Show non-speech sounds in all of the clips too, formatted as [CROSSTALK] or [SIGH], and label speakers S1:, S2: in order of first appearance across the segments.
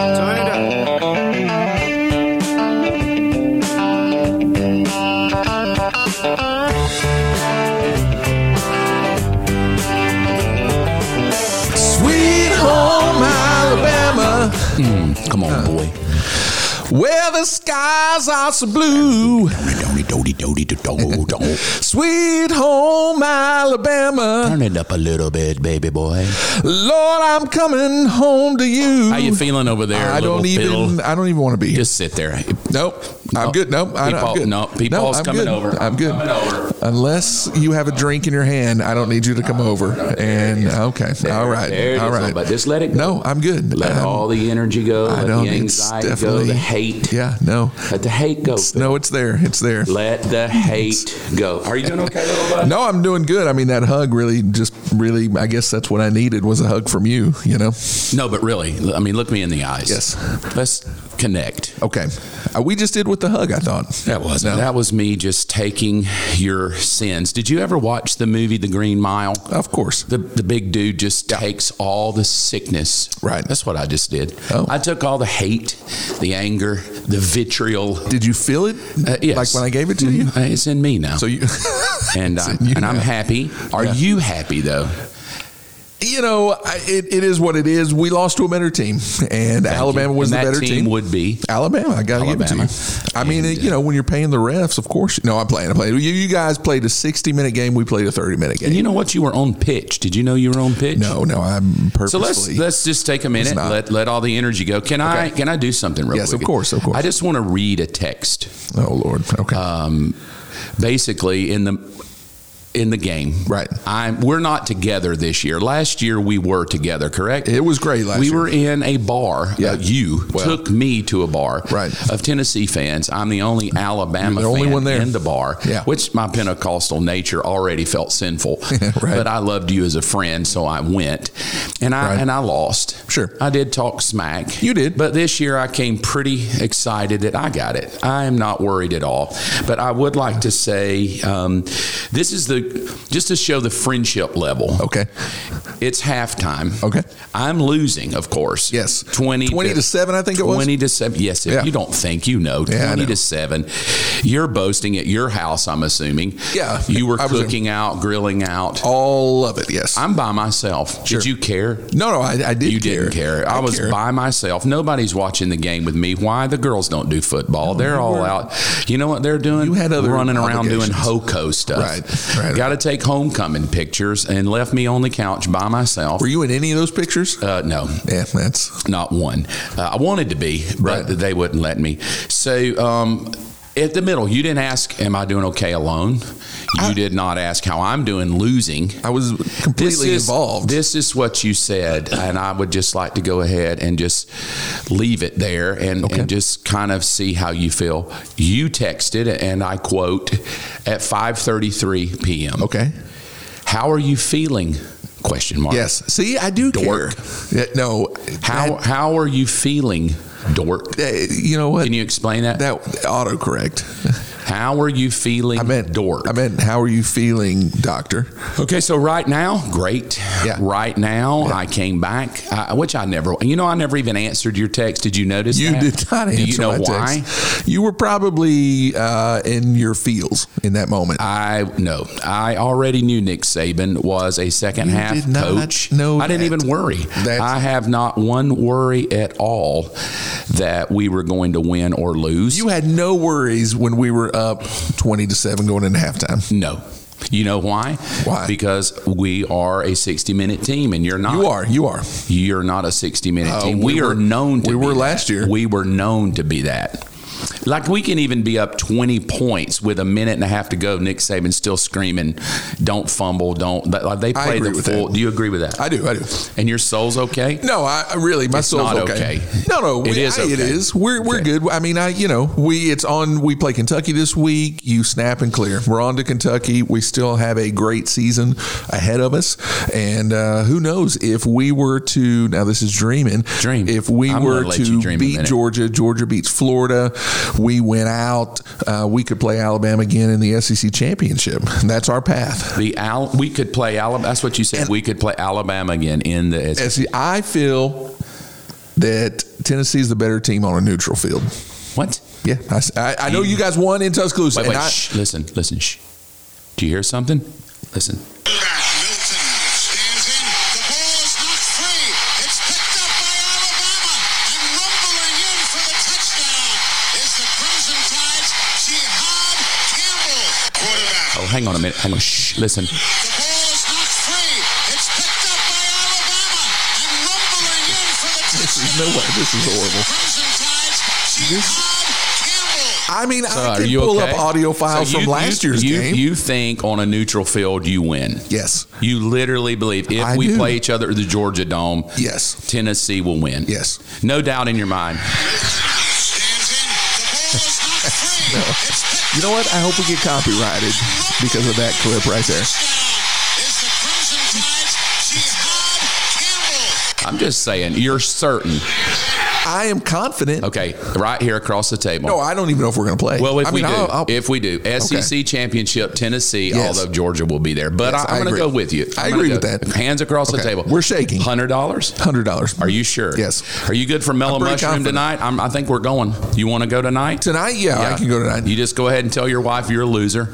S1: Turn
S2: uh,
S1: it up.
S3: Sweet home Alabama,
S2: Come on, boy.
S3: where the skies are so blue.
S2: Turn
S3: Sweet home Alabama,
S2: it up a little bit, baby boy.
S3: Lord, I'm coming home to you.
S2: How you feeling over there?
S3: I
S2: little
S3: don't even.
S2: fiddle?
S3: I don't even want to be here.
S2: Just sit there.
S3: Nope. I'm
S2: No.
S3: good. Nope. I,
S2: Peepaw-
S3: I'm good.
S2: no, Peepaw's
S3: I'm
S2: coming
S3: good.
S2: over.
S3: I'm good.
S2: Coming over. Oh,
S3: Unless you have a drink in your hand, I don't need you to come over. And okay, all right,
S2: there it
S3: all
S2: is.
S3: right.
S2: But just let it go.
S3: No, I'm good.
S2: Let
S3: I'm-
S2: all the energy go.
S3: I
S2: let
S3: don't.
S2: the
S3: It's
S2: anxiety go.
S3: definitely
S2: The hate.
S3: Yeah. No.
S2: Let the hate go.
S3: It's- No, it's there. It's there.
S2: Let the hate go. Are you doing okay, little bud?
S3: No, I'm doing good. I mean, that hug really just really. I guess that's what I needed was a hug from you. You know.
S2: No, but really, I mean, look me in the eyes.
S3: Yes.
S2: Let's connect.
S3: Okay. Uh, we just did with the hug. I thought
S2: That wasn't. That was me just taking your sins. Did you ever watch the movie The Green Mile?
S3: Of course.
S2: The, the big dude just takes all the sickness.
S3: Right.
S2: That's what I just did.
S3: Oh.
S2: I took all the hate, the anger, the vitriol.
S3: Did you feel it?
S2: Uh, yes.
S3: Like when I gave it to you.
S2: Mhm. Uh, It's in me now.
S3: So you. [LAUGHS]
S2: and
S3: It's
S2: I'm,
S3: in you
S2: and I'm
S3: now.
S2: happy. Are
S3: Yeah.
S2: you happy, though?
S3: you know, I- it, it is what it is. We lost to a better team, and Alabama
S2: you.
S3: was
S2: And
S3: the
S2: that
S3: better
S2: team
S3: team.
S2: would be-
S3: Alabama. I got to give it to you.
S2: Alabama.
S3: I mean,
S2: And,
S3: it, you know, when you're paying the refs, of course. No, I'm playing. I'm playing. You, you guys played a 60 minute game. We played a 30 minute game.
S2: And you know what? You were on pitch. Did you know you were on pitch?
S3: no, no, I'm purposely.
S2: So let's let's just take a minute.
S3: not.
S2: Let let all the energy go. Can I
S3: Okay.
S2: can I do something real
S3: Yes,
S2: quick?
S3: of course, of course.
S2: I just want to read a text.
S3: oh Lord. Okay.
S2: Um, basically in the in the game.
S3: Right.
S2: I'm we're not together this year. Last year we were together, correct?
S3: it was great last
S2: we
S3: year.
S2: were in a bar.
S3: Yeah.
S2: Uh, you
S3: Well.
S2: took me to a bar
S3: Right.
S2: of Tennessee fans. I'm the only Alabama
S3: You're the only
S2: fan
S3: one there.
S2: in the bar,
S3: Yeah.
S2: which my Pentecostal nature already felt sinful.
S3: [LAUGHS] Right.
S2: But I loved you as a friend, so I went, and I
S3: Right.
S2: and I lost.
S3: Sure.
S2: I did talk smack.
S3: You did.
S2: but this year I came pretty excited that I got it. I am not worried at all. But I would like to say um, this is the just to show the friendship level.
S3: Okay.
S2: It's halftime.
S3: Okay.
S2: I'm losing, of course.
S3: Yes.
S2: 20,
S3: 20 to 7, I think it was.
S2: 20 to 7. Yes. If
S3: Yeah.
S2: You don't think, you know. 20
S3: Yeah, I know.
S2: to 7. You're boasting at your house, I'm assuming.
S3: Yeah,
S2: You were
S3: I was-
S2: cooking out, grilling out.
S3: All of it. Yes.
S2: I'm by myself.
S3: Sure.
S2: Did you care?
S3: no, no, I, I did.
S2: You didn't care. I, was
S3: care.
S2: by myself. Nobody's watching the game with me. Why the girls don't do football? They're all out. You know what they're doing?
S3: You had other
S2: running around doing
S3: obligations.
S2: hoco stuff.
S3: Right, right.
S2: Got to take homecoming pictures and left me on the couch by myself.
S3: Were you in any of those pictures?
S2: Uh, no,
S3: yeah, that's
S2: not one. Uh, I wanted to be, but
S3: Right.
S2: they wouldn't let me. So, um, at the middle, you didn't ask, "Am I doing okay alone?" You did not ask how I'm doing losing.
S3: I was completely
S2: is,
S3: involved.
S2: This is what you said, and I would just like to go ahead and just leave it there and, and just kind of see how you feel. You texted, and I quote, at 5.33 p.m.
S3: okay.
S2: How are you feeling? Question mark.
S3: Yes. See, I do
S2: Dork.
S3: care. Yeah, no.
S2: How, how are you feeling, dork?
S3: that- uh, you know what?
S2: Can you explain that?
S3: that autocorrect.
S2: How are you feeling,
S3: I meant
S2: dork?
S3: I meant how are you feeling, doctor?
S2: Okay, so right now, great.
S3: Yeah.
S2: Right now, I came back, uh, which I never. You know, I never even answered your text. Did you notice?
S3: You
S2: that?
S3: did not answer
S2: Do you know
S3: my
S2: why?
S3: text. You were probably uh, in your feels in that moment.
S2: I no. I already knew Nick Saban was a second half
S3: did not
S2: coach.
S3: know
S2: I didn't
S3: that.
S2: even worry.
S3: That's-
S2: I have not one worry at all that we were going to win or lose.
S3: you had no worries when we were up twenty to seven going into halftime.
S2: no. You know why?
S3: Why?
S2: Because we are a 60 minute team and you're not.
S3: You are, you are.
S2: You're not a 60 minute
S3: Oh,
S2: team.
S3: we
S2: We, are
S3: were-
S2: known to
S3: we
S2: be
S3: were
S2: that.
S3: last year.
S2: We were known to be that. Like we can even be up 20 points with a minute and a half to go. Nick Saban still screaming, "Don't fumble, don't." but, Like they
S3: I
S2: play the
S3: agree with
S2: full.
S3: that.
S2: Do you agree with that?
S3: I do, I do.
S2: and your soul's okay.
S3: [LAUGHS] No, I I really my
S2: It's
S3: soul's
S2: not
S3: okay.
S2: okay.
S3: No, no,
S2: It
S3: we-
S2: is
S3: I- It
S2: okay.
S3: is. We're we're
S2: Okay.
S3: good. I mean, I you know we it's on. We play Kentucky this week. You snap and clear. We're on to Kentucky. We still have a great season ahead of us, and uh, who knows if we were to now this is dreaming.
S2: Dream.
S3: If we
S2: I'm
S3: were
S2: gonna let you
S3: to
S2: dream a
S3: beat
S2: minute.
S3: Georgia, Georgia beats Florida. we went out, uh, we could play Alabama again in the SEC championship. [LAUGHS] That's our path.
S2: The Al- we could play Alabama. That's what you said. we could play Alabama again in the SEC.
S3: And see, I feel that Tennessee's the better team on a neutral field.
S2: What?
S3: Yeah, I, s- I- I know you guys won in Tuscaloosa.
S2: Wait, wait.
S3: and I-
S2: shh, listen, listen. Shh. Do you hear something? Listen.
S1: Back, Milton stands in. The ball is not free. It's picked up by Alabama and rumbling in for the touchdown is the Crimson Tide's Jihad Campbell. Quarterback.
S2: Oh, hang on a minute. Hang on. Shh. Listen.
S1: The ball is not free. It's picked up by Alabama and rumbling in for the
S3: [LAUGHS] This
S1: touchdown.
S3: is no way. This is horrible.
S1: Crimson Tide's Jihad Campbell.
S3: I mean,
S2: So,
S3: I
S2: are
S3: can
S2: you
S3: pull
S2: okay?
S3: up audio files
S2: So you-
S3: from last
S2: you-
S3: year's
S2: you,
S3: game.
S2: You think on a neutral field you win?
S3: yes,
S2: You literally believe if
S3: I
S2: we
S3: do.
S2: play each other at the Georgia Dome,
S3: yes,
S2: Tennessee will win.
S3: yes.
S2: No doubt in your mind.
S1: Stands in. The ball is not free. It's picked
S3: You know what? I hope we get copyrighted because of that clip right there.
S1: is the Crimson Tide's Jihad Campbell.
S2: I'm just saying, you're certain.
S3: I am confident.
S2: Okay, right here across the table.
S3: No, I don't even know if we're going to play.
S2: well, if
S3: I
S2: we
S3: mean,
S2: do,
S3: I'll- I'll-
S2: if we do, SEC championship, Tennessee,
S3: Yes.
S2: although Georgia will be there, but
S3: Yes,
S2: I,
S3: I
S2: am going
S3: agree.
S2: to go with you.
S3: I
S2: I'm gonna
S3: agree
S2: go-
S3: with that.
S2: Hands across the
S3: Okay.
S2: table.
S3: We're shaking.
S2: Hundred dollars.
S3: hundred dollars.
S2: Are you sure?
S3: Yes.
S2: Are you good for mellow
S3: pretty
S2: mushroom
S3: confident.
S2: tonight? I'm, I think we're going. You want to go tonight?
S3: tonight? Yeah, Oh, I can go tonight.
S2: You just go ahead and tell your wife you're a loser.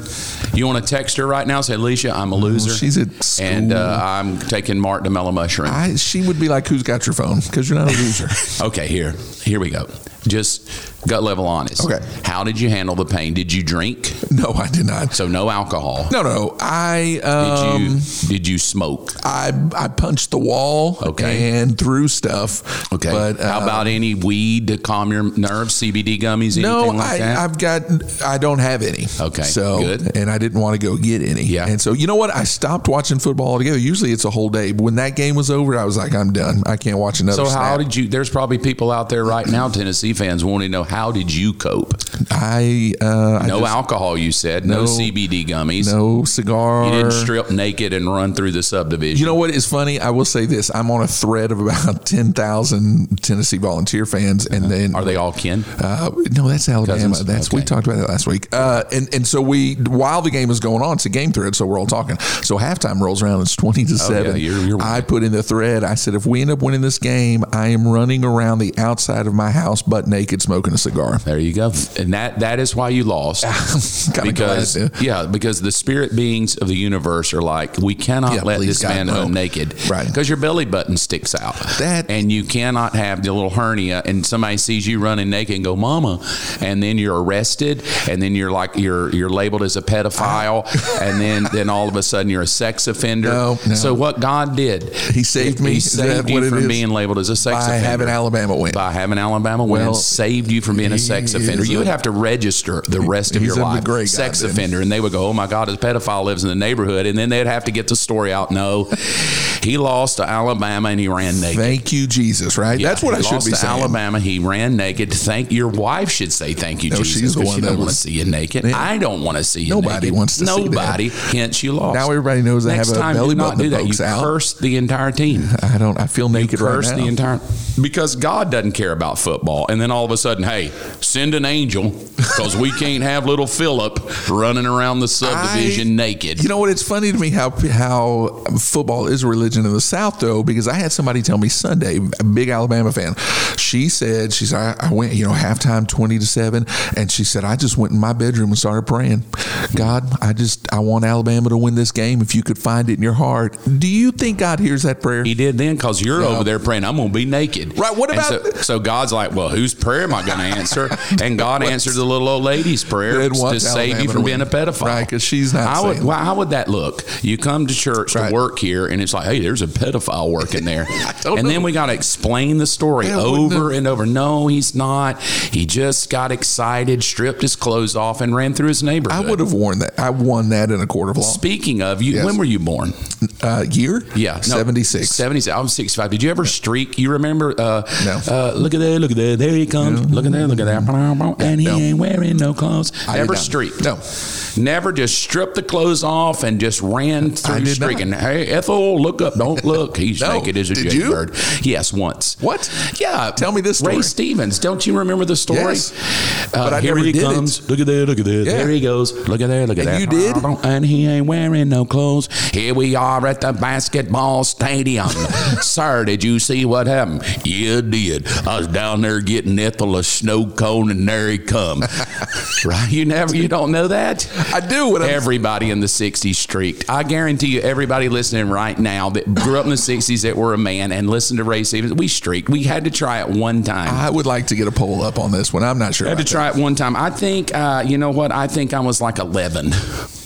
S2: You want to text her right now? Say, Alicia, I'm a loser.
S3: Oh, she's at school.
S2: and uh, I'm taking Mark to mellow mushroom.
S3: I, she would be like, "Who's got your phone?" Because you're not a loser. [LAUGHS]
S2: Okay, here, here we go. Just gut level honest.
S3: Okay.
S2: How did you handle the pain? Did you drink?
S3: no, I did not.
S2: So no alcohol.
S3: No, no. I
S2: Did
S3: um,
S2: you did you smoke?
S3: I I punched the wall.
S2: Okay.
S3: and threw stuff.
S2: Okay.
S3: but
S2: How
S3: uh,
S2: about any weed to calm your nerves? CBD gummies? Anything
S3: No,
S2: like
S3: I,
S2: that?
S3: I've got. I don't have any.
S2: Okay,
S3: so
S2: good.
S3: and I didn't want to go get any.
S2: Yeah.
S3: and so you know what? I stopped watching football altogether. Usually it's a whole day. When that game was over, I was like, I'm done. I can't watch another.
S2: so how
S3: snap.
S2: did you? There's probably people out there right now, Tennessee fans, wanting to know how did you cope?
S3: I uh, I
S2: No
S3: just-
S2: alcohol, you said. No,
S3: No.
S2: CBD gummies.
S3: no cigar.
S2: You didn't strip naked and run through the subdivision.
S3: You know what is funny? I will say this: I'm on a thread of about [LAUGHS] ten thousand Tennessee volunteer fans, and then
S2: Uh-huh. Are they all kin?
S3: Uh, no, that's Alabama.
S2: Cousins?
S3: That's we
S2: Okay.
S3: talked about that last week. Uh, and and so we while the game is going on, it's a game thread, so we're all talking. So halftime rolls around, it's twenty to seven.
S2: Oh, you're- you're-
S3: I put in the thread. I said, if we end up winning this game, I am running around the outside of my house, butt naked, smoking a cigar. [LAUGHS]
S2: There you go. And that that is why you lost.
S3: Kinda
S2: because
S3: glad I did.
S2: yeah, because the spirit beings of the universe are like, we cannot
S3: Yeah,
S2: let
S3: please,
S2: this
S3: God,
S2: man
S3: no.
S2: run naked,
S3: Right.
S2: Because your belly button sticks out,
S3: That-
S2: and you cannot have the little hernia. And somebody sees you running naked and go, "Mama," and then you're arrested, and then you're like you're you're labeled as a
S3: [LAUGHS]
S2: pedophile, and then then all of a sudden you're a sex offender.
S3: No, no.
S2: So what God did,
S3: He saved me.
S2: He
S3: Is that
S2: saved
S3: what
S2: you
S3: it
S2: from
S3: is?
S2: being labeled as a sex
S3: I
S2: offender
S3: have an Alabama win.
S2: by having Alabama win
S3: Well,
S2: saved you from being a sex
S3: he
S2: offender.
S3: is
S2: You
S3: a-
S2: would have to register the rest of
S3: He's
S2: your
S3: a
S2: life
S3: great guy,
S2: sex
S3: then.
S2: offender, and they would go, "Oh my God, a pedophile lives in the neighborhood," and then they'd have to get the story out. No, he lost to Alabama and he ran naked.
S3: Thank you, Jesus. Right?
S2: Yeah,
S3: that's what
S2: he
S3: I should
S2: lost
S3: be
S2: to
S3: saying.
S2: Alabama. He ran naked. Thank your wife should say thank you,
S3: No,
S2: Jesus.
S3: she's the
S2: 'cause
S3: one
S2: she
S3: that
S2: don't want to
S3: was-
S2: see you naked.
S3: Yeah.
S2: I don't want to see you.
S3: Nobody
S2: naked.
S3: wants to see that.
S2: Nobody. Hence, you lost.
S3: Now everybody knows I
S2: Next
S3: have a
S2: time,
S3: belly
S2: do not
S3: button that
S2: do that.
S3: pokes
S2: you
S3: out.
S2: cursed the entire team
S3: I don't. I feel naked right
S2: curse
S3: now.
S2: the entire because God doesn't care about football. And then all of a sudden, hey, send an angel because we can't have little Philip running around the subdivision
S3: I-
S2: naked.
S3: You know what? It's funny to me how how football is a religion in the South, though, because I had somebody tell me Sunday, a big Alabama fan. She said, "She's I, I went, you know, halftime twenty to seven, and she said I just went in my bedroom and started praying. God, I just I want Alabama to win this game. If you could find it in your heart, do you think God hears that prayer?
S2: he did then because you're
S3: Yeah.
S2: over there praying, I'm going to be naked.
S3: Right, what
S2: And
S3: about-
S2: so, so God's like, well, whose prayer am I going to
S3: [LAUGHS]
S2: answer? And God answered the little old lady's prayer
S3: Didn't
S2: to
S3: want
S2: save you
S3: Alabama
S2: from
S3: to
S2: being
S3: win.
S2: a pedophile.
S3: Right, 'cause she's not
S2: I would,
S3: saying-
S2: well, how would that look? You come to church
S3: Right.
S2: to work here, and it's like, hey, there's a pedophile working there.
S3: [LAUGHS] don't
S2: and
S3: know.
S2: then we got to explain the story
S3: Yeah, wouldn't
S2: over and over. No, he's not. He just got excited, stripped his clothes off, and ran through his
S3: I
S2: neighborhood.
S3: would have worn that. I won that in a court of law.
S2: Speaking of, you,
S3: Yes.
S2: when were you born?
S3: Uh, year,
S2: Yeah,
S3: seventy six.
S2: 76. I'm 65. Did you ever streak? You remember? Uh,
S3: No.
S2: Uh, look at that. Look at that. There he comes. Look at that. Look at that. Bow, bow, And he
S3: No.
S2: ain't wearing no clothes.
S3: I did
S2: Never
S3: not.
S2: streaked.
S3: No.
S2: Never just stripped the clothes off and just ran through
S3: did not.
S2: streaking. Hey, Ethel, look up. Don't look. He's
S3: No.
S2: naked as a
S3: Did you?
S2: jaybird. Yes, once.
S3: What?
S2: Yeah.
S3: Tell me this
S2: Ray
S3: story.
S2: Stevens. Don't you remember the story?
S3: Yes.
S2: Uh,
S3: But I
S2: here
S3: never
S2: he
S3: did it.
S2: comes. Look at that. Look at that.
S3: Yeah.
S2: There he goes. Look at that. Look at
S3: And
S2: that. Uh-huh.
S3: you did?
S2: And he ain't wearing no clothes. Here we are at the
S3: [LAUGHS]
S2: basketball stadium. Sir, did you see what happened? You did. I was down there getting Ethel a snow cone, and there
S3: [LAUGHS]
S2: he come. [LAUGHS] right? You never. You don't know that.
S3: I do when I'm-
S2: Everybody in the '60s streaked. I guarantee you, everybody listening right now that grew up in the '60s that were a man and listened to Ray Stevens, we streaked. We had to try it one time.
S3: I would like to get a poll up on this one. I'm not sure.
S2: I had to
S3: about that.
S2: try it one time. I think, uh, you know what? I think I was like 11.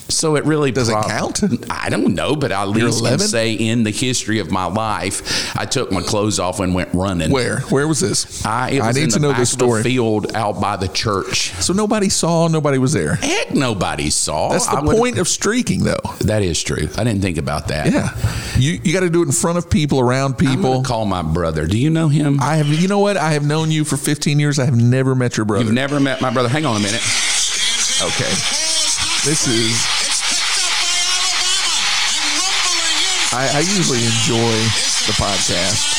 S2: So it really
S3: Does it
S2: prob-
S3: count?
S2: I don't know, but I at least can
S3: 11?
S2: say in the history of my life, I took my clothes off and went running.
S3: Where? Where was this?
S2: I, it was in
S3: need
S2: the
S3: to know
S2: back
S3: this
S2: of the
S3: story.
S2: Field out by the church.
S3: So nobody saw, nobody was there.
S2: Heck, nobody saw.
S3: That's the
S2: Oh, I would've-
S3: point of streaking, though.
S2: That is true. I didn't think about that.
S3: Yeah, you you got to do it in front of people, around
S2: I'm gonna
S3: people.
S2: call my brother. Do you know him?
S3: I have, you know what? I have known you for 15 years. I have never met your brother.
S2: You've never met my brother. Hang on a minute.
S3: okay,
S1: This
S3: this is.
S1: It's picked up by Alabama and rumbling in for
S3: I, I usually enjoy the podcast.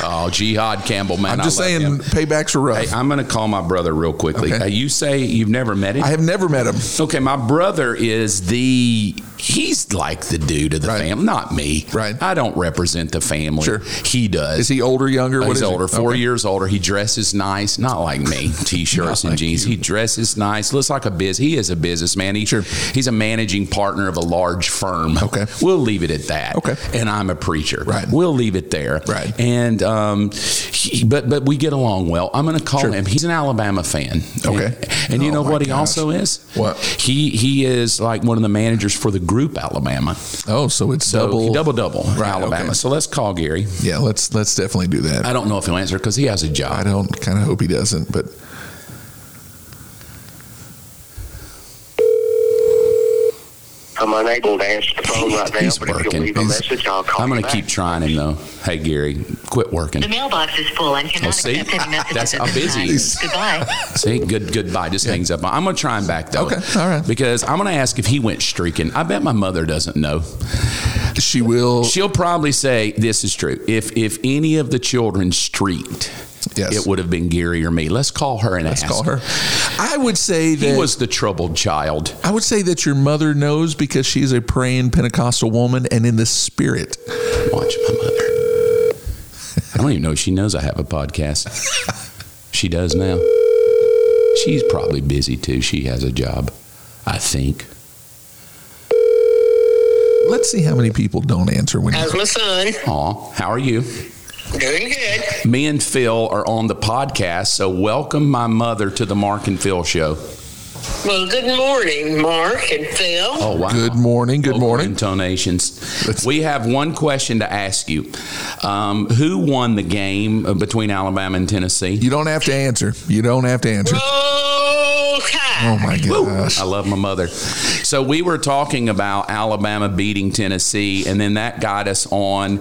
S1: Jihad Campbell.
S2: Oh, Jihad Campbell, man.
S3: I'm
S2: I
S3: just
S2: love
S3: saying,
S2: him.
S3: paybacks are rough.
S2: Hey, I'm going to call my brother real quickly.
S3: Okay.
S2: Uh, you say you've never met him?
S3: I have never met him.
S2: Okay, my brother is the he's like the dude of the
S3: Right.
S2: family, not me.
S3: Right.
S2: I don't represent the family.
S3: Sure.
S2: He does.
S3: Is he older, younger?
S2: He's
S3: is he?
S2: older, four
S3: Okay.
S2: years older. He dresses nice, not
S3: [LAUGHS]
S2: like me, t-shirts and jeans. He dresses nice, looks like a biz. He is a businessman. He,
S3: Sure.
S2: He's a managing partner of a large firm.
S3: Okay.
S2: we'll leave it at that.
S3: Okay.
S2: and I'm a preacher.
S3: Right.
S2: we'll leave it there.
S3: Right.
S2: and um, he, but but we get along well. I'm going to call
S3: Sure.
S2: him. He's an Alabama fan.
S3: Okay.
S2: and, and you
S3: Oh
S2: know
S3: my
S2: what he
S3: gosh.
S2: also is?
S3: What?
S2: he he is like one of the managers for the group Alabama.
S3: Oh, so it's
S2: Double
S3: double.
S2: double double
S3: Right,
S2: Alabama.
S3: okay.
S2: So let's call Gary.
S3: Yeah, let's let's definitely do that.
S2: I don't know if he'll answer because he has a job.
S3: I don't kind of hope he doesn't, but
S4: I'm unable to answer the phone right now,
S2: He's
S4: but if
S2: working.
S4: you'll leave a
S2: He's-
S4: message, I'll call
S2: I'm
S4: you
S2: going to
S4: back.
S2: keep trying him though. Hey Gary, quit working.
S5: The mailbox is full and cannot
S2: Oh, see?
S5: accept any messages
S2: That's
S5: at
S2: how
S5: this
S2: busy he
S5: time.
S2: is.
S5: Goodbye.
S2: [LAUGHS] See, good goodbye. Just hangs up. I'm going to try him back though.
S3: Okay, all right.
S2: Because I'm going to ask if he went streaking. I bet my mother doesn't know.
S3: she will.
S2: She'll probably say this is true. If if any of the children streaked,
S3: Yes.
S2: it would have been Gary or me. Let's call her and
S3: Let's
S2: ask.
S3: call her. I would say
S2: He
S3: that
S2: was the troubled child.
S3: I would say that your mother knows because she's a praying Pentecostal woman and in the spirit.
S2: Watch my mother.
S3: [LAUGHS]
S2: I don't even know if she knows I have a podcast. She does now. She's probably busy too. She has a job, I think.
S3: Let's see how many people don't answer when you
S6: How's my son?
S2: Aw, how are you?
S6: Doing good.
S2: Me and Phil are on the podcast, so welcome my mother to the Mark and Phil show.
S6: Well, good morning, Mark and Phil.
S2: Oh, wow.
S3: Good morning. Good
S2: Vocal
S3: morning.
S2: Intonations.
S3: Let's-
S2: we have one question to ask you. Um, who won the game uh, between Alabama and Tennessee?
S3: You don't have to answer. You don't have to answer.
S6: Roll Tide.
S3: Oh my gosh.
S2: I love my mother. So we were talking about Alabama beating Tennessee, and then that got us on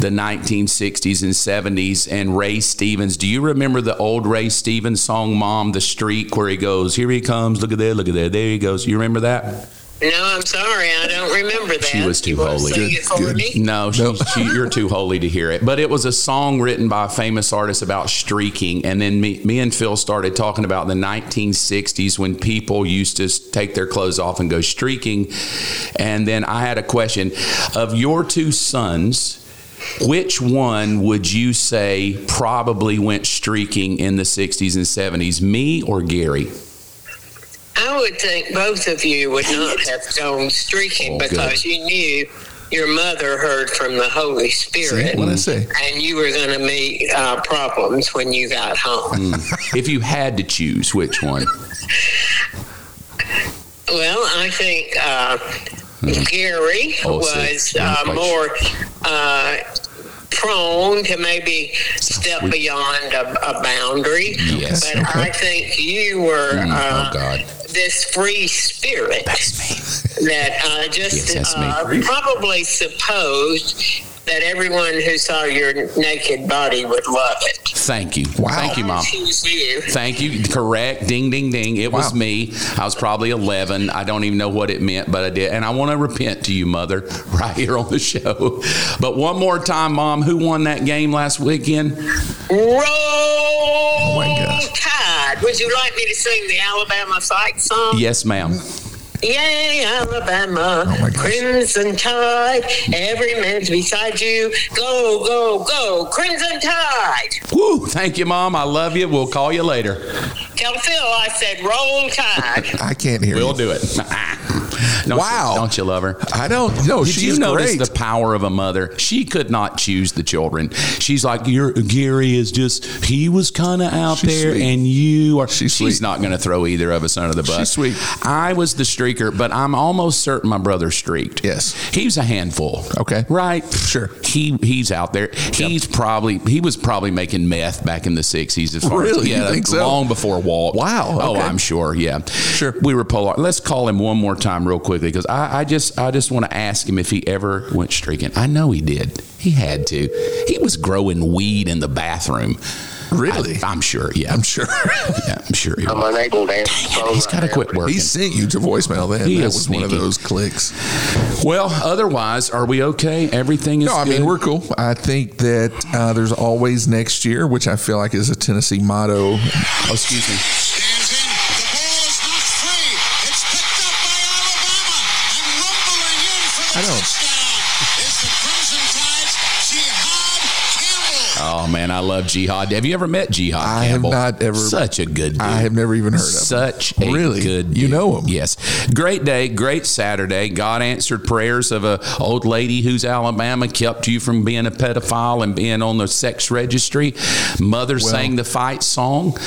S2: the 1960s and 70s and Ray Stevens. Do you remember the old Ray Stevens song, Mom, The Streak, where he goes, Here he comes, look at there, look at there, there he goes. You remember that?
S6: No, I'm sorry, I don't remember that.
S2: She was too
S6: You wanna
S2: holy.
S6: sing
S2: Good,
S6: it for
S3: good.
S6: me?
S2: No,
S3: No.
S2: she- she- you're too holy to hear it. But it was a song written by a famous artist about streaking. And then me, me and Phil started talking about the 1960s when people used to s- take their clothes off and go streaking. And then I had a question of your two sons. Which one would you say probably went streaking in the 60s and 70s, me or Gary?
S6: I would think both of you would not have gone streaking
S2: Oh, good.
S6: because you knew your mother heard from the Holy Spirit.
S3: What I say?
S6: And you were going to meet uh, problems when you got home.
S2: If you had to choose, which one?
S6: Well, I think uh, Gary
S2: Oh, so
S6: was
S2: you
S6: uh,
S2: like-
S6: more uh, prone to maybe step
S2: We-
S6: beyond a, a boundary.
S2: Yes.
S6: But I think you were
S2: Mm,
S6: uh,
S2: oh, God.
S6: this free spirit that uh,
S2: Yes,
S6: just
S2: that's me.
S6: uh, probably supposed that everyone who saw your naked body would love it.
S2: Thank you.
S3: Wow.
S2: Thank you, mom.
S6: She was you.
S2: Thank you. Correct. Ding, ding, ding. It was
S3: Wow.
S2: me. I was probably 11. I don't even know what it meant, but I did. And I want to repent to you, mother, [LAUGHS] right here on the show. But one more time, mom, who won that game last weekend?
S6: Roll
S2: Oh,
S3: my gosh.
S6: Tide. Would you like me to sing the Alabama fight song?
S2: Yes, ma'am.
S6: Yay, Alabama,
S3: Oh, my gosh.
S6: Crimson Tide, every man's beside you. Go, go, go, Crimson Tide.
S2: Woo. Thank you, mom. I love you. We'll call you later.
S6: Tell Phil I said roll
S5: [LAUGHS]
S6: tide.
S3: I can't hear
S2: We'll
S3: you.
S2: do it. [LAUGHS] Don't you-
S3: Wow.
S2: don't you love her?
S3: I don't. No,
S2: Did
S3: she's
S2: you notice
S3: great.
S2: the power of a mother? She could not choose the children. She's like, Your, Gary is just, he was kind of out
S3: She's
S2: there,
S3: sweet.
S2: and you are.
S3: She's sweet.
S2: not going to throw either of us under the bus.
S3: She's sweet.
S2: I was the streaker, but I'm almost certain my brother streaked.
S3: Yes.
S2: He was a handful.
S3: Okay.
S2: Right?
S3: Sure.
S2: He He's out there. He's probably, he was probably making meth back in the 60s. As far As,
S3: Really? You
S2: yeah,
S3: think so?
S2: Long before Walt.
S3: Wow,
S2: Oh,
S3: okay.
S2: I'm sure. Yeah.
S3: Sure.
S2: We were polar. Let's call him one more time, real quickly, because I, I just I just want to ask him if he ever went streaking. I know he did. He had to. He was growing weed in the bathroom.
S3: Really?
S2: I, am sure. Yeah.
S3: I'm sure.
S2: Yeah, I'm sure. He
S4: I'm
S2: was.
S4: unable to answer the phone.
S2: He's
S4: right
S2: got to
S4: now.
S2: quit working.
S3: he sent you to voicemail then.
S2: He
S3: that
S2: is
S3: was one of
S2: sneaky.
S3: those clicks.
S2: well, otherwise, are we okay? Everything is.
S3: No, I
S2: good?
S3: mean we're cool. I think that uh, there's always next year, which I feel like is a Tennessee motto.
S2: Oh, excuse me.
S1: Stands in. The ball is not free. It's picked up by Alabama and rumbling in for the
S3: I don't-
S1: touchdown. It's the Crimson Tide's Jihad Campbell.
S2: Oh man, I love Jihad. Have you ever met Jihad?
S3: I have
S2: Campbell?
S3: not ever-
S2: Such a good. Dude.
S3: I have never even heard of him.
S2: Such a
S3: Really?
S2: good.
S3: You
S2: dude.
S3: know him?
S2: Yes. Great day, great Saturday. God answered prayers of a old lady who's Alabama kept you from being a pedophile and being on the sex registry. Mother sang the fight song.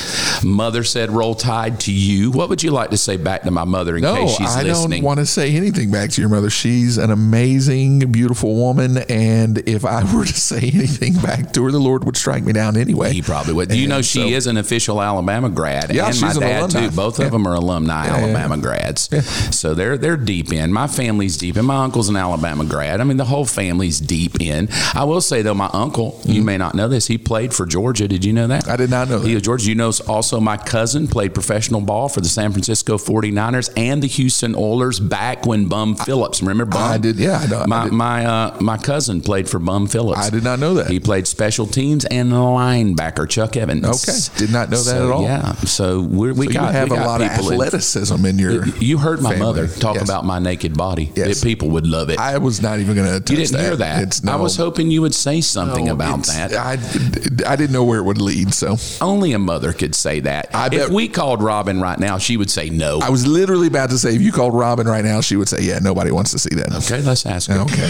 S2: Mother said, "Roll Tide" to you. What would you like to say back to my mother in
S3: No,
S2: case she's
S3: I
S2: listening?
S3: don't want to say anything back to your mother. She's an amazing, beautiful woman, and if I [LAUGHS] were to say anything back to her, the Lord would strike me down anyway.
S2: He probably would. You
S3: And
S2: know, she
S3: so-
S2: is an official Alabama grad,
S3: Yeah,
S2: and my
S3: she's an
S2: dad
S3: alumni.
S2: too. Both
S3: Yeah.
S2: of them are alumni
S3: Yeah, yeah,
S2: Alabama grads, so they're they're deep in. My family's deep in. My uncle's an Alabama grad. I mean, the whole family's deep in. I will say though, my uncle, you may not know this, he played for Georgia. Did you know that?
S3: Mm-hmm. I did not know
S2: He
S3: that.
S2: was Georgia. You know, also my cousin played professional ball for the San Francisco 49ers and the Houston Oilers back when Bum Phillips. Remember Bum?
S3: I did- yeah, I know. I
S2: My
S3: did.
S2: my uh, my cousin played for Bum Phillips.
S3: I did not know that.
S2: He played special teams and linebacker Chuck Evans.
S3: Okay. Did not know that
S2: So,
S3: at all.
S2: Yeah, so we're, we
S3: So
S2: got
S3: you have
S2: we
S3: a
S2: got
S3: lot of
S2: people in-
S3: athleticism in your.
S2: You heard my
S3: family.
S2: mother talk
S3: Yes.
S2: about my naked body.
S3: Yes.
S2: That people would love it.
S3: I was not even going to.
S2: you didn't hear that.
S3: It's, no,
S2: I was hoping you would say something
S3: no,
S2: about
S3: it's-
S2: that.
S3: I, I didn't know where it would lead, so
S2: Only a mother could say that.
S3: I
S2: if
S3: bet-
S2: we called Robin right now, she would say no.
S3: I was literally about to say if you called Robin right now, she would say, "Yeah, nobody wants to see that."
S2: Okay, let's ask her. [LAUGHS]
S3: Okay.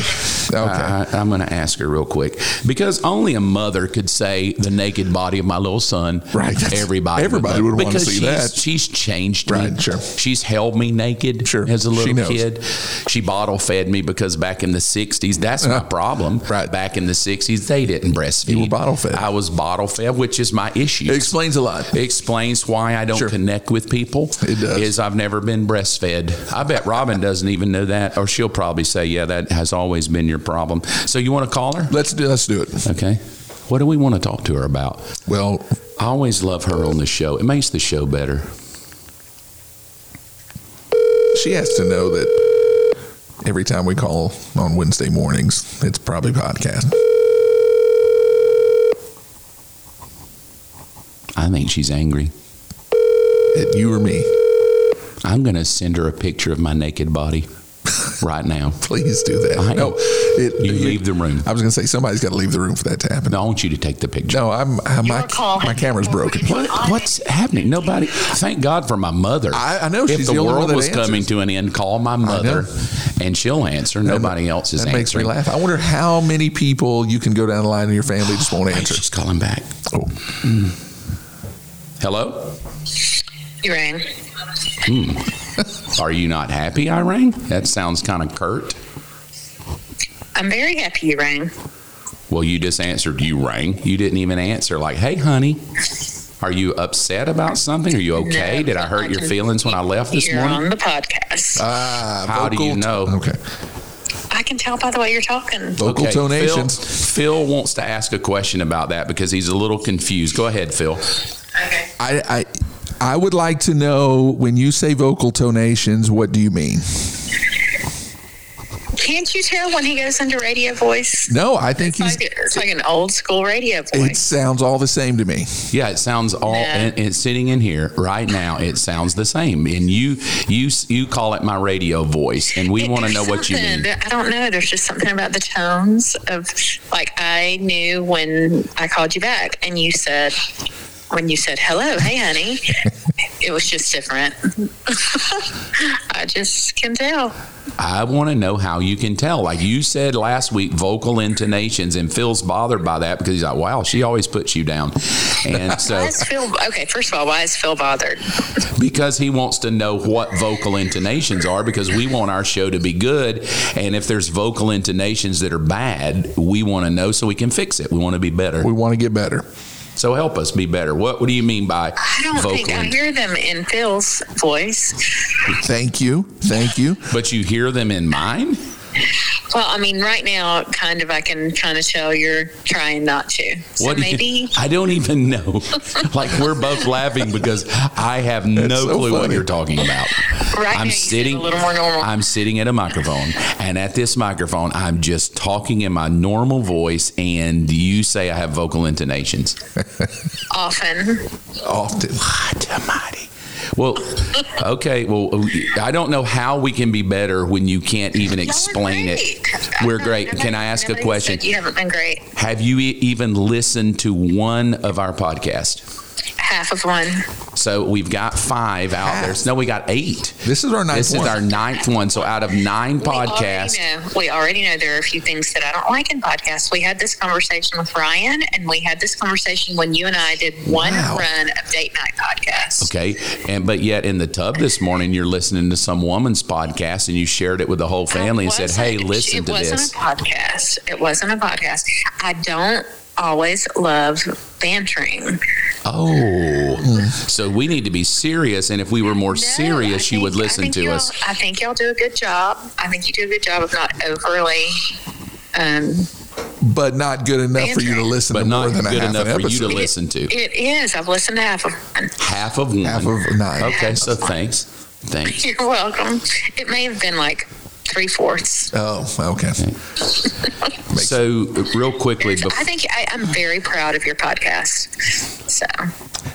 S2: Uh,
S3: Okay.
S2: I, I, am going to ask her real quick because only a mother could say the naked body of my little son.
S3: Right. That's-
S2: Everybody.
S3: everybody
S2: love-
S3: would wanna
S2: because
S3: see
S2: she's-
S3: that.
S2: She's changed me.
S3: Right, sure.
S2: She's held me naked.
S3: Sure,
S2: As a
S3: she
S2: little
S3: knows.
S2: kid, she bottle fed me because back in the '60s, that's my
S3: Uh,
S2: problem.
S3: right.
S2: Back in the '60s, they didn't breastfeed.
S3: were bottle fed.
S2: I was bottle fed, which is my issue.
S3: It explains a lot.
S2: It explains why I don't
S3: Sure.
S2: connect with people.
S3: It does.
S2: Is I've never been breastfed. I bet Robin doesn't even know that, or she'll probably say, "Yeah, that has always been your problem." So you want to call her?
S3: Let's do, let's do it.
S2: Okay. What do we want to talk to her about?
S3: Well,
S2: I always love her on the show. It makes the show better.
S3: she has to know that every time we call on Wednesday mornings, it's probably podcast.
S2: I think she's angry.
S3: It, you or me,
S2: I'm going to send her a picture of my naked body right now.
S3: please do that.
S2: I-
S3: no, it, [LAUGHS]
S2: You leave the room.
S3: I was going to say somebody's got to leave the room for that to happen.
S2: No, I want you to take the picture.
S3: No, I'm, i my my camera's
S2: [LAUGHS]
S3: broken.
S2: What, what's happening? Nobody. Thank God for my mother.
S3: I- I know,
S2: If
S3: she's
S2: the,
S3: the only
S2: world
S3: one that
S2: was coming
S3: answers.
S2: to an end, call my mother,
S3: know.
S2: and she'll answer. Nobody else is
S3: That makes me
S2: answering.
S3: laugh. I wonder how many people you can go down the line in your family just won't
S2: Wait,
S3: answer.
S2: she's calling back.
S3: Oh.
S2: Mm. Hello.
S6: You rang.
S2: Are you not happy? I rang. That sounds kind of curt.
S6: I'm very happy you rang.
S2: Well, you just answered. You rang. You didn't even answer. Like, hey, honey. Are you upset about something? Are you okay?
S6: No,
S2: Did I hurt
S6: I
S2: your
S6: just-
S2: feelings when I left this
S6: You're
S3: Uh,
S2: morning?
S6: on the podcast.
S3: Ah,
S2: How do
S3: vocal
S2: you know?
S3: Okay.
S5: I can tell by the way you're talking.
S3: Vocal
S2: Okay,
S3: tonations.
S2: Phil, Phil wants to ask a question about that because he's a little confused. Go ahead, Phil.
S5: Okay.
S3: I, I I would like to know when you say vocal tonations, what do you mean?
S5: Can't you tell when he goes into radio voice?
S3: No, I think
S5: It's like,
S3: he's.
S5: it's like an old school radio voice.
S3: It sounds all the same to me.
S2: Yeah, it sounds all.
S5: Nah.
S2: And, and sitting in here right now, it sounds the same. And you, you, you call it my radio voice, and we
S5: It-
S2: want to know
S5: there's
S2: what you
S5: something
S2: mean.
S5: that- I don't know. There's just something about the tones of, like, I knew when I called you back and you said, when you said, hello, hey, honey, it was just different. [LAUGHS] I just can tell.
S2: I want to know how you can tell. Like you said last week, vocal intonations, and Phil's bothered by that because he's like, "Wow, she always puts you down,"
S5: [LAUGHS]
S2: and
S5: Why
S2: so
S5: is Phil, okay, first of all, why is Phil bothered?
S2: because he wants to know what vocal intonations are because we want our show to be good and if there's vocal intonations that are bad we want to know so we can fix it we want to be better
S3: We want to get better.
S2: so help us be better what, what do you mean by
S5: I don't
S2: vocal
S5: think I
S2: int-
S5: hear them in Phil's voice.
S3: Thank you, thank you.
S2: but you hear them in mine
S5: Well, I mean, right now, kind of, I can kind of tell you're trying not to. So
S2: do you-
S5: maybe.
S2: [LAUGHS] i don't even
S5: [LAUGHS]
S2: know like we're both laughing because i have no
S3: so
S2: clue what
S3: funny.
S2: you're talking about
S5: Right
S2: I'm
S5: now, you seem
S2: sitting
S5: a little more normal.
S2: I'm sitting at a microphone, and at this microphone, I'm just talking in my normal voice, and you say I have vocal intonations.
S5: often.
S3: Often,
S2: God almighty.
S5: [LAUGHS]
S2: Well, okay. Well, I don't know how we can be better when you can't even explain it. We're great. Can I ask a
S5: Nobody
S2: question?
S5: said You haven't been great.
S2: Have you e- even listened to one of our podcasts?
S5: Half of one.
S2: So we've got five out there. No, we got eight.
S3: this is our ninth
S2: This is
S3: one.
S2: our ninth one. So out of nine podcasts,
S5: We already, know, we already know there are a few things that I don't like in podcasts. We had this conversation with Ryan, and we had this conversation when you and I did one
S3: Wow.
S5: run of date night podcast.
S2: Okay. And but yet in the tub this morning you're listening to some woman's podcast and you shared it with the whole family and said,
S5: wasn't-
S2: Hey, listen
S5: it
S2: to
S5: wasn't
S2: this.
S5: a podcast. It wasn't a podcast. I don't always love bantering.
S2: Oh. So we need to be serious and if we were more
S5: No,
S2: serious
S5: I
S2: you would
S5: think- I
S2: listen
S5: think
S2: to
S5: y'all-
S2: us.
S5: I think y'all do a good job. I think you do a good job of not overly. Um,
S3: but not good enough for you to listen
S2: But
S3: to more
S2: not
S3: than a
S2: good
S3: half
S2: enough
S3: an
S2: for you to
S3: episode.
S2: listen to.
S5: it is. I've listened to half of one.
S2: Half of one.
S3: half of nine.
S2: Okay, so thanks. Thanks.
S5: [LAUGHS] [LAUGHS] You're welcome. It may have been like three fourths.
S3: Oh, okay.
S2: So real quickly
S5: I
S2: bef-
S5: think I, I'm very proud of your podcast. So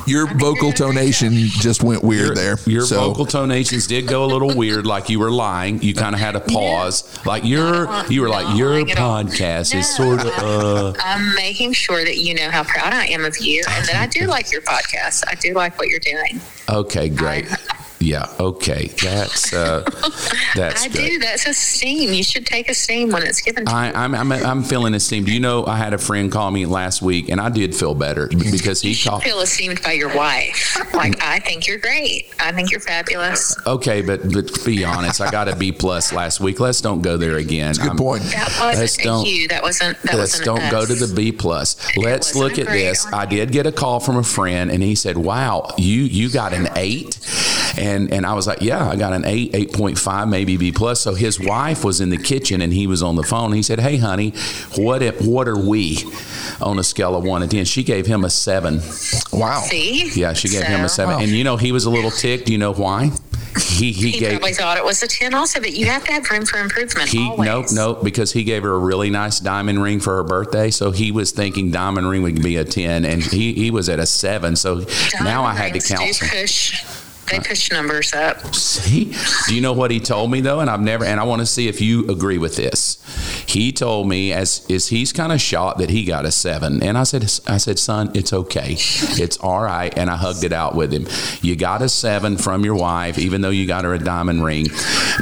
S3: Your vocal tonation just went weird
S2: your,
S3: there.
S2: your
S3: so
S2: vocal tonations did go a little weird, like you were lying. You kind of had a pause, like your you were like
S5: not
S2: your
S5: lying at all.
S2: podcast is
S5: No.
S2: sort of. Uh,
S5: I'm making sure that you know how proud I am of you and that I do like your podcast. I do like what you're doing.
S2: uh, Okay, great. Yeah, okay. That's
S5: [LAUGHS]
S2: uh that's
S5: I do.
S2: good.
S5: That's esteem. You should take esteem when it's given to you.
S2: I, I'm, I'm I'm feeling esteemed. You know, I had a friend call me last week, and I did feel better because he
S5: [LAUGHS] You
S2: called.
S5: feel esteemed by your wife. Like I think you're great. I think you're fabulous.
S2: Okay, but but be honest, I got a B plus last week. Let's don't go there again.
S3: good
S2: I'm-
S3: point.
S5: That
S2: Let's
S5: wasn't
S2: don't-
S5: you. That wasn't. That
S2: Let's
S5: wasn't
S2: don't
S5: us.
S2: go to the B plus. Let's
S5: wasn't
S2: look at
S5: great
S2: this.
S5: on
S2: I did get a call from a friend, and he said, "Wow, you you got an eight. and and I was like, "Yeah, I got an eight, eight point five, maybe B plus." So his wife was in the kitchen, and he was on the phone. He said, "Hey, honey, what if, what are we on a scale of one to ten? She gave him a seven.
S3: Wow.
S5: See?
S2: Yeah, she gave him a
S5: So, Oh.
S2: seven. And you know, he was a little ticked. You know why? He he,
S5: He
S2: gave.
S5: probably thought it was a ten, also. But you have to have room for improvement.
S2: He
S5: always.
S2: nope nope because he gave her a really nice diamond ring for her birthday, so he was thinking diamond ring would be a ten, and he he was at a seven. So
S5: Diamond
S2: now I had to Uh,
S5: rings do
S2: count.
S5: push. They push numbers up.
S2: See, do you know what he told me though? And I've never, and I want to see if you agree with this. He told me as is he's kind of shocked that he got a seven, and I said, I said, son, it's okay, it's all right, and I hugged it out with him. You got a seven from your wife, even though you got her a diamond ring.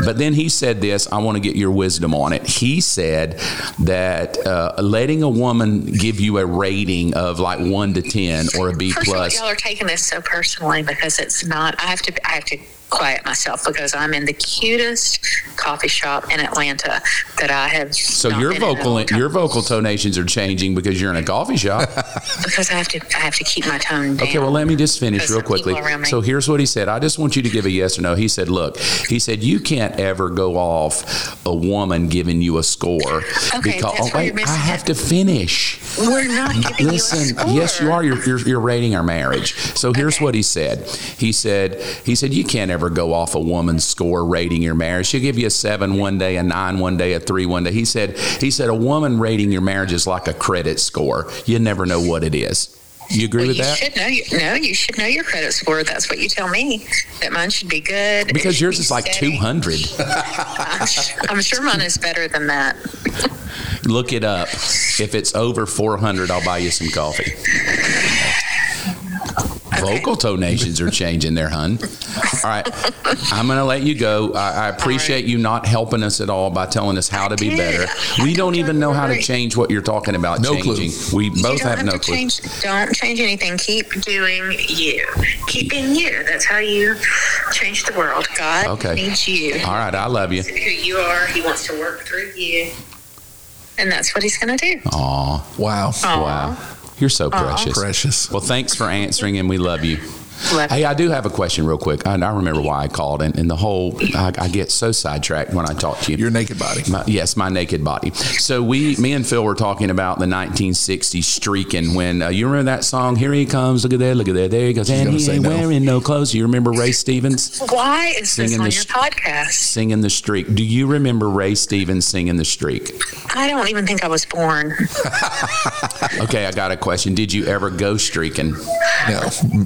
S2: But then he said this. I want to get your wisdom on it. He said that uh, letting a woman give you a rating of like one to ten or a B
S5: First of all,
S2: plus.
S5: y'all are taking this so personally because it's not. I have to. I have to quiet myself because I'm in the cutest coffee shop in Atlanta that I have.
S2: So
S5: not
S2: your
S5: been in a
S2: vocal
S5: long time.
S2: your vocal tonations are changing because you're in a coffee shop.
S5: because [LAUGHS] I have to I have to keep my tone down.
S2: Okay, well, let me just finish
S5: Because
S2: real
S5: some people
S2: quickly.
S5: around me-
S2: So here's what he said. I just want you to give a yes or no. He said, look, he said, you can't ever go off a woman giving you a score.
S5: that's
S2: oh,
S5: where
S2: wait,
S5: you're missing
S2: I have
S5: it.
S2: to finish.
S5: We're not giving
S2: Uh, Listen,
S5: you a score.
S2: yes, you are. You're, you're, you're rating our marriage. So here's
S5: Okay.
S2: what he said. He said, he said, you can't ever go off a woman's score rating your marriage. She'll give you a seven one day, a nine one day, a three one day. He said, he said, a woman rating your marriage is like a credit score. You never know what it is. You agree
S5: Well,
S2: with
S5: you
S2: that?
S5: should know. Your, no, you should know your credit score. That's what you tell me. That mine should be good. It
S2: Because
S5: should
S2: yours
S5: be
S2: is like
S5: steady.
S2: 200.
S5: I'm sure mine is better than that.
S2: Look it up. If it's over 400, I'll buy you some coffee. Vocal tonations are changing there, hun. All right. I'm going to let you go. I, I appreciate you not helping us at all by telling us how to be
S5: did.
S2: better.
S5: I
S2: We don't
S5: don't
S2: even know how to
S5: worry.
S2: change what you're talking about.
S3: No clue.
S2: changing. We
S5: You
S2: both
S5: don't
S2: have, no
S5: to
S2: clue.
S5: change. Don't change anything. Keep doing you. Keep being you. That's how you change the world. God
S2: Okay.
S5: needs you.
S2: All right. I love you.
S5: Who you are, He wants to work through you, and that's what He's going to do.
S2: Aw.
S3: Wow.
S2: Oh.
S5: Aw.
S2: Wow. You're so precious.
S3: Precious.
S2: Well, thanks for answering, and we love you.
S5: Love
S2: Hey, I do have a question, real quick. I, I remember why I called, and, and the whole I, I get so sidetracked when I talk to you.
S3: Your naked body.
S2: My, yes, my naked body. So we, me and Phil, were talking about the 1960s streaking. When uh, you remember that song, "Here He Comes," look at that, look at that, there he goes, and
S3: gonna
S2: he
S3: say
S2: ain't
S3: no.
S2: wearing no clothes. You remember Ray Stevens
S5: Why is this
S2: Singing
S5: on
S2: the
S5: your
S2: sh-
S5: podcast?
S2: singing "The Streak"? Do you remember Ray Stevens singing "The Streak"?
S5: I don't even think I was born.
S2: Okay, I got a question. Did you ever go streaking? [LAUGHS]
S3: No,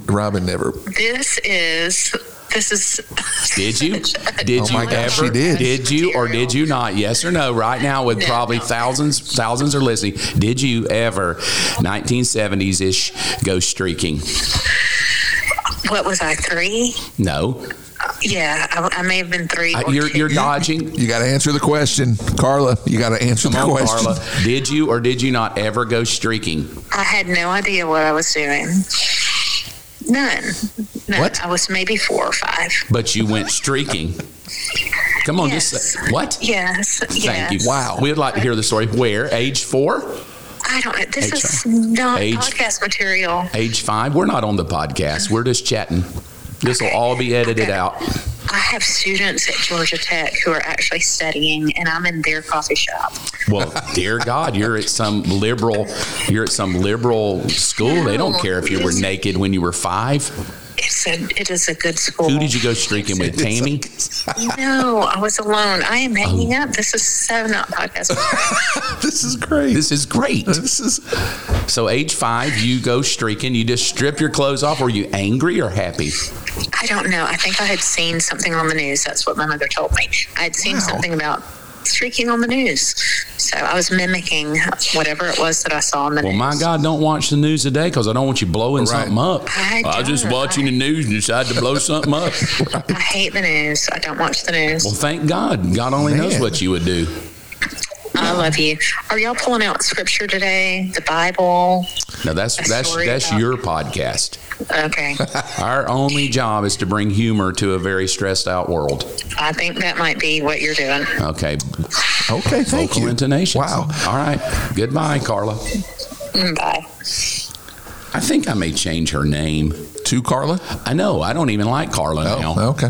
S3: Robin never.
S5: This is this is.
S2: Did
S5: [LAUGHS]
S2: you? Did
S3: Oh
S2: you
S3: my
S2: ever?
S3: gosh, she did.
S2: Did you or did you not? Yes or no? Right now, with
S5: No.
S2: probably thousands, thousands are listening. Did you ever, 1970s ish, go streaking?
S5: What was I three?
S2: No,
S5: Yeah, I, I may have been three.
S2: I,
S5: or
S2: you're
S5: two.
S3: [LAUGHS]
S2: you're dodging.
S3: You got to answer the question, Carla. You got to answer the
S2: Come on,
S3: question.
S2: Carla. Did you or did you not ever go streaking?
S5: I had no idea what I was doing. None. None.
S2: What?
S5: I was maybe four or five.
S2: But you went streaking. Come on, just
S5: Yes.
S2: say, what?
S5: Yes. yes.
S2: Thank you.
S3: Wow.
S2: We'd like to hear the story. Where? Age four?
S5: I don't. This
S2: Age
S5: is not
S2: Age-
S5: podcast material.
S2: Age five? We're not on the podcast. We're just chatting. This will all be edited
S5: Okay.
S2: out.
S5: I have students at Georgia Tech who are actually studying, and I'm in their coffee shop.
S2: Well, dear God, you're at some liberal, you're at some liberal school. They don't care if you were naked when you were five.
S5: It's a. It is a good school.
S2: Who did you go streaking with, Tammy?
S5: No, I was alone. I am hanging
S2: Oh.
S5: up. This is so not podcast. material.
S2: [LAUGHS]
S3: This is great.
S2: This is great.
S3: This is
S2: So, age five, you go streaking. You just strip your clothes off. Were you angry or happy?
S5: I don't know. I think I had seen something on the news. That's what my mother told me. I had seen
S3: Wow.
S5: something about streaking on the news. So I was mimicking whatever it was that I saw on the
S2: Well,
S5: news.
S2: my God, don't watch the news today because I don't want you blowing
S3: Right.
S2: something up.
S5: I
S2: I was just
S5: don't.
S2: watching the news and decided to blow something up.
S5: I hate the news. I don't watch the news.
S2: Well, thank God. God only knows
S3: Man.
S2: what you would do.
S5: I love you. Are y'all pulling out scripture today? The Bible?
S2: Now, that's
S5: A
S2: that's
S5: story
S2: that's
S5: about-
S2: your podcast. [LAUGHS]
S5: Okay.
S2: Our only job is to bring humor to a very stressed out world.
S5: I think that might be what you're doing.
S2: Okay.
S3: [LAUGHS] okay. Thank
S2: Vocal
S3: you.
S2: intonations.
S3: Wow.
S2: All right. Goodbye, Carla.
S5: Mm, Bye.
S2: I think I may change her name.
S3: To Carla.
S2: I know. I don't even like Carla now.
S3: Oh, okay.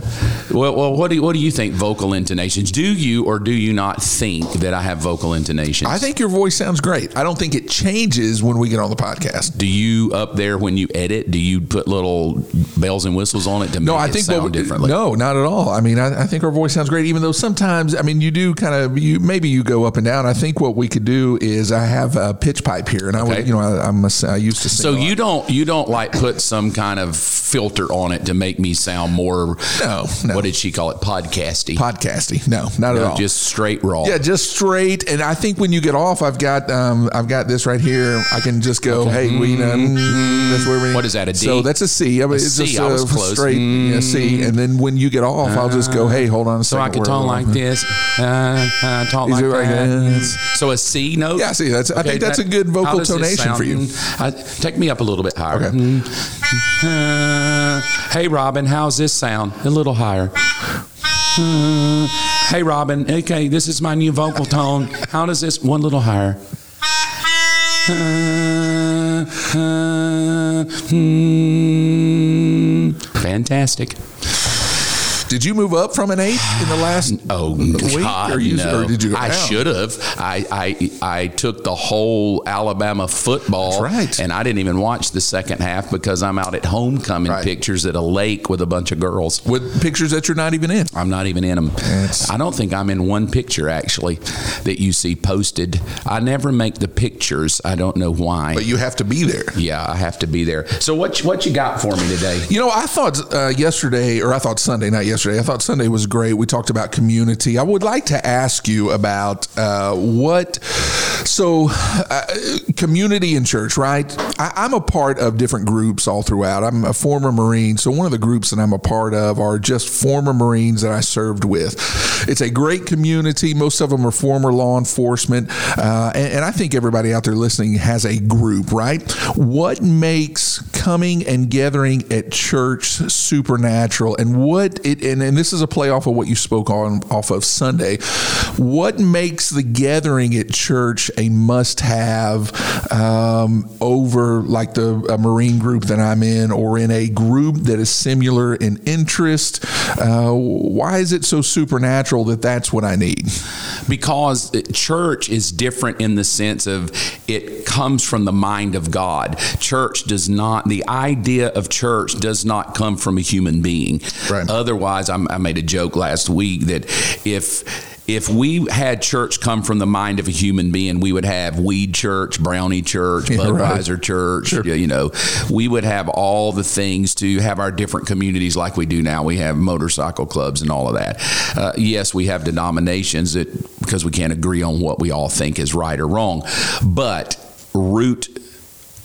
S2: Well, well, what do you, what do you think? Vocal intonations. Do you or do you not think that I have vocal intonations?
S3: I think your voice sounds great. I don't think it changes when we get on the podcast.
S2: Do you up there when you edit? Do you put little bells and whistles on it to
S3: No,
S2: make
S3: I
S2: it
S3: think
S2: sound
S3: what we-
S2: differently?
S3: no, not at all. I mean, I, I think our voice sounds great, even though sometimes, I mean, you do kind of you maybe you go up and down. I think what we could do is I have a pitch pipe here, and I
S2: Okay.
S3: would, you know, I, I'm a, I used to sing.
S2: So
S3: a lot.
S2: you don't you don't like put some kind of filter on it to make me sound more
S3: No, no.
S2: what did she call it podcasty
S3: podcasty? No, not at
S2: No,
S3: all.
S2: just straight raw
S3: Yeah, just straight. And I think when you get off, I've got um, I've got this right here. I can just go, hey, we done. That's where we.
S2: Mm-hmm. What is that, a D?
S3: So that's a C. I mean,
S2: A
S3: it's
S2: C,
S3: just
S2: I
S3: a
S2: was close. Mm-hmm. Ah.
S3: straight yeah, C. And then when you get off, I'll just go, hey, hold on a
S2: So
S3: second.
S2: I could
S3: We're-
S2: talk like this, uh, uh, talk
S3: Is
S2: like
S3: it like
S2: that. Mm.
S3: that?
S2: So a C note.
S3: Yeah, I see, that's- I think that's a good
S2: how
S3: vocal
S2: does it
S3: tonation
S2: sound?
S3: for you.
S2: Mm, I- take me up a little bit higher.
S3: Okay.
S2: Mm, uh, Uh, hey, Robin, how's this sound? A little higher. Uh, hey, Robin, okay, this is my new vocal tone. How does this? One little higher. Uh, uh, hmm. Fantastic.
S3: Did you move up from an eight in the
S2: [SIGHS]
S3: last?
S2: Oh
S3: [LAUGHS] week,
S2: God,
S3: or you-
S2: no.
S3: or did you go
S2: I
S3: down?
S2: should have. I, I I took the whole Alabama football,
S3: That's right.
S2: and I didn't even watch the second half because I'm out at homecoming
S3: Right.
S2: pictures at a lake with a bunch of girls.
S3: With pictures that you're not even in.
S2: I'm not even in them.
S3: That's-
S2: I don't think I'm in one picture actually that you see posted. I never make the pictures. I don't know why.
S3: But you have to be there.
S2: yeah, I have to be there. So what you- what you got for me today?
S3: You know, I thought uh, yesterday, or I thought Sunday, not yesterday. I thought Sunday was great. We talked about community. I would like to ask you about uh, what. So, uh, community in church, right? I, I'm a part of different groups all throughout. I'm a former Marine, so one of the groups that I'm a part of are just former Marines that I served with. It's a great community. Most of them are former law enforcement, uh, and, and I think everybody out there listening has a group, right? What makes coming and gathering at church supernatural, and what it and, and this is a play off of what you spoke on off of Sunday. What makes the gathering at church a must have um, over like the a Marine group that I'm in, or in a group that is similar in interest? Uh, why is it so supernatural that that's what I need?
S2: because church is different in the sense of it comes from the mind of God. Church does not, the idea of church does not come from a human being.
S3: Right.
S2: Otherwise, I'm, I made a joke last week that if if we had church come from the mind of a human being, we would have weed church, brownie church,
S3: Yeah, right.
S2: Budweiser church. You you know, we would have all the things to have our different communities like we do now. We have motorcycle clubs and all of that. Uh, yes, we have denominations that because we can't agree on what we all think is right or wrong, but root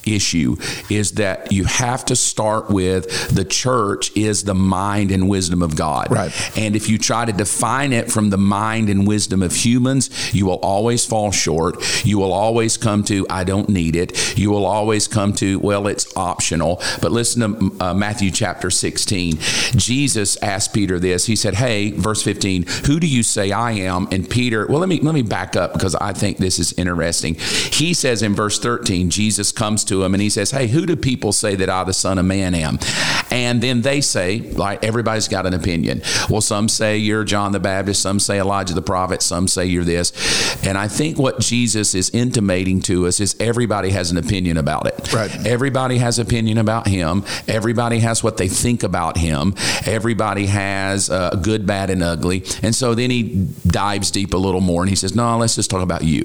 S2: issue is that you have to start with the church is the mind and wisdom of God.
S3: Right.
S2: And if you try to define it from the mind and wisdom of humans, you will always fall short. You will always come to, I don't need it. You will always come to, well, it's optional. But listen to uh, Matthew chapter 16. Jesus asked Peter this. He said, Hey, verse 15, who do you say I am? And Peter, well, let me, let me back up because I think this is interesting. He says in verse 13, Jesus comes to him and he says, Hey, who do people say that I, the Son of Man, am? And then they say, like, everybody's got an opinion. Well, some say you're John the Baptist, some say Elijah the prophet, some say you're this. And I think what Jesus is intimating to us is everybody has an opinion about it.
S3: Right.
S2: Everybody has opinion about him. Everybody has what they think about him. Everybody has uh, good, bad, and ugly. And so then he dives deep a little more and he says, No, let's just talk about you.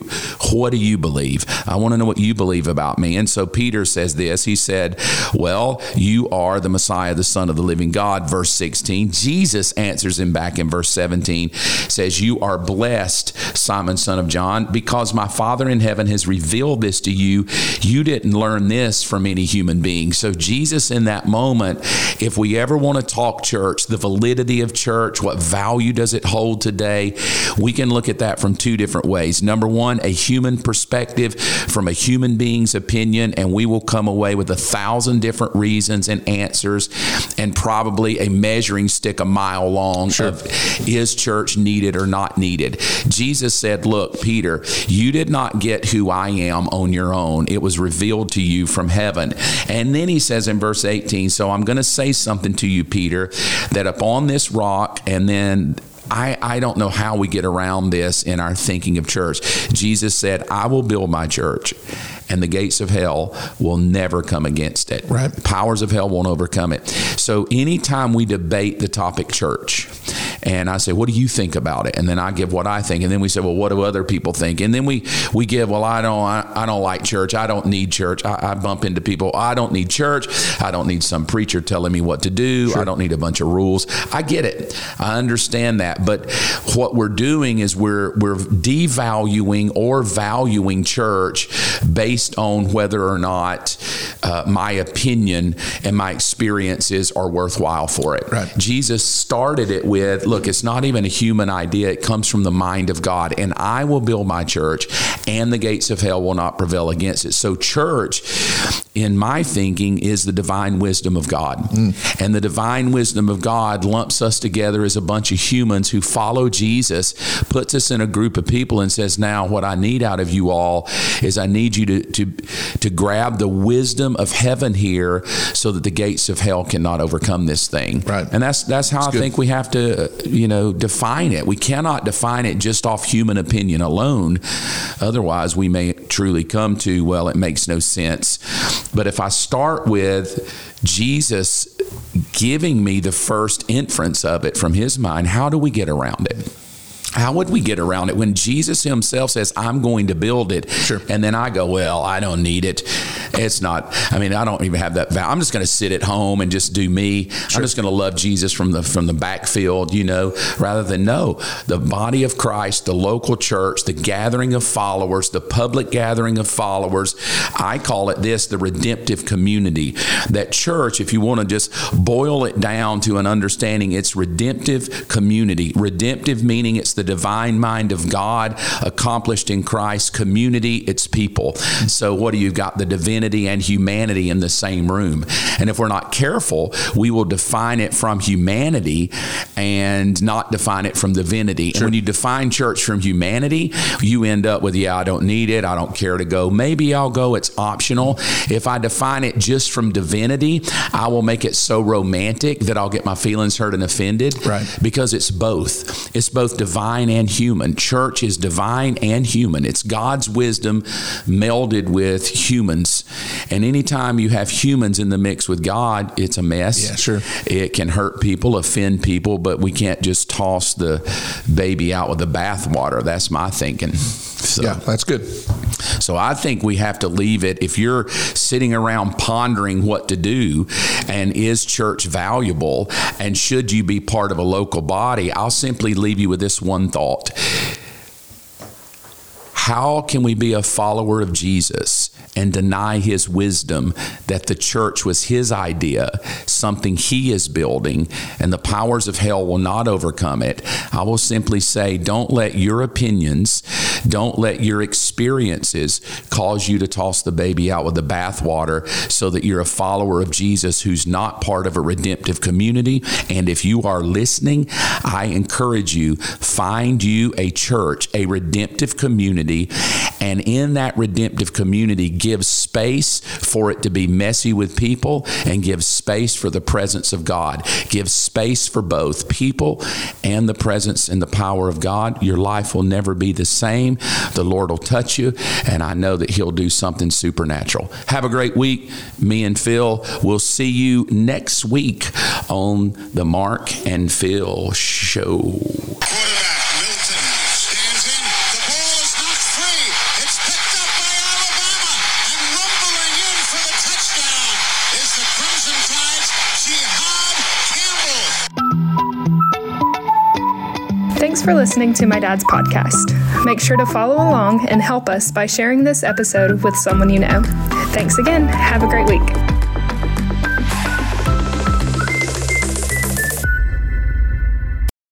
S2: What do you believe? I want to know what you believe about me. And so Peter says this. He said, Well, you are the Messiah, the Son of the living God. Verse 16. Jesus answers him back in verse 17, says, You are blessed, Simon, son of John, because my Father in heaven has revealed this to you. You didn't learn this from any human being. So, Jesus, in that moment, if we ever want to talk church, the validity of church, what value does it hold today, we can look at that from two different ways. Number one, a human perspective from a human being's opinion, and we will come away with a thousand different reasons and answers, and probably a measuring stick a mile long of is church needed or not needed. Jesus said, Look, Peter, you did not get who I am on your own. It was revealed to you from heaven. And then he says in verse 18, So I'm going to say something to you, Peter, that upon this rock, and then I, I don't know how we get around this in our thinking of church. Jesus said, I will build my church, and the gates of hell will never come against it.
S3: Right.
S2: Powers of hell won't overcome it. So, anytime we debate the topic church, and I say, What do you think about it? And then I give what I think. And then we say, Well, what do other people think? And then we, we give, Well, I don't, I, I don't like church. I don't need church. I, I bump into people. I don't need church. I don't need some preacher telling me what to do. I don't need a bunch of rules. I get it. I understand that. But what we're doing is we're we're devaluing or valuing church based on whether or not uh, my opinion and my experiences are worthwhile for it.
S3: Right.
S2: Jesus started it with, look, it's not even a human idea. It comes from the mind of God, and I will build my church, and the gates of hell will not prevail against it. So, church, in my thinking, is the divine wisdom of God. And the divine wisdom of God lumps us together as a bunch of humans who follow Jesus, puts us in a group of people, and says, Now, what I need out of you all is I need you to, to, to grab the wisdom of heaven here so that the gates of hell cannot overcome this thing.
S3: Right.
S2: And that's, that's how I
S3: good.
S2: think we have to, uh, you know, define it. We cannot define it just off human opinion alone. Otherwise, we may truly come to, well, it makes no sense. But if I start with Jesus giving me the first inference of it from his mind, how do we get around it? How would we get around it when Jesus himself says, I'm going to build it?
S3: Sure.
S2: And then I go, Well, I don't need it. It's not, I mean, I don't even have that value. I'm just going to sit at home and just do me. I'm just going to love Jesus from the from the backfield, you know, rather than no. The body of Christ, the local church, the gathering of followers, the public gathering of followers. I call it this the redemptive community. That church, if you want to just boil it down to an understanding, it's redemptive community. Redemptive meaning it's the divine mind of God accomplished in Christ, community, it's people. So, what do you got? The divinity and humanity in the same room. And if we're not careful, we will define it from humanity and not define it from divinity. And when you define church from humanity, you end up with, yeah, I don't need it. I don't care to go. Maybe I'll go. It's optional. If I define it just from divinity, I will make it so romantic that I'll get my feelings hurt and offended.
S3: Right.
S2: Because it's both. It's both divine and human. Church is divine and human. It's God's wisdom melded with humans. And anytime you have humans in the mix with God, it's a mess.
S3: Yeah, sure.
S2: It can hurt people, offend people, but we can't just toss the baby out with the bathwater. That's my thinking. So.
S3: Yeah, that's good.
S2: So I think we have to leave it. If you're sitting around pondering what to do and is church valuable and should you be part of a local body, I'll simply leave you with this one thought. How can we be a follower of Jesus and deny his wisdom that the church was his idea, something he is building, and the powers of hell will not overcome it? I will simply say, don't let your opinions, don't let your experiences cause you to toss the baby out with the bathwater so that you're a follower of Jesus who's not part of a redemptive community. And if you are listening, I encourage you, find you a church, a redemptive community, and in that redemptive community, give space for it to be messy with people and give space for the presence of God. Give space for both people and the presence and the power of God. Your life will never be the same. The Lord will touch you, and I know that He'll do something supernatural. Have a great week. Me and Phil will see you next week on the Mark and Phil show.
S1: Quarterback Milton stands in. The ball is not free. It's picked up by Alabama and rumbling in for the touchdown is the Crimson Tide's Jihad Campbell.
S7: Thanks for listening to my dad's podcast. Make sure to follow along and help us by sharing this episode with someone you know. Thanks again. Have a great week.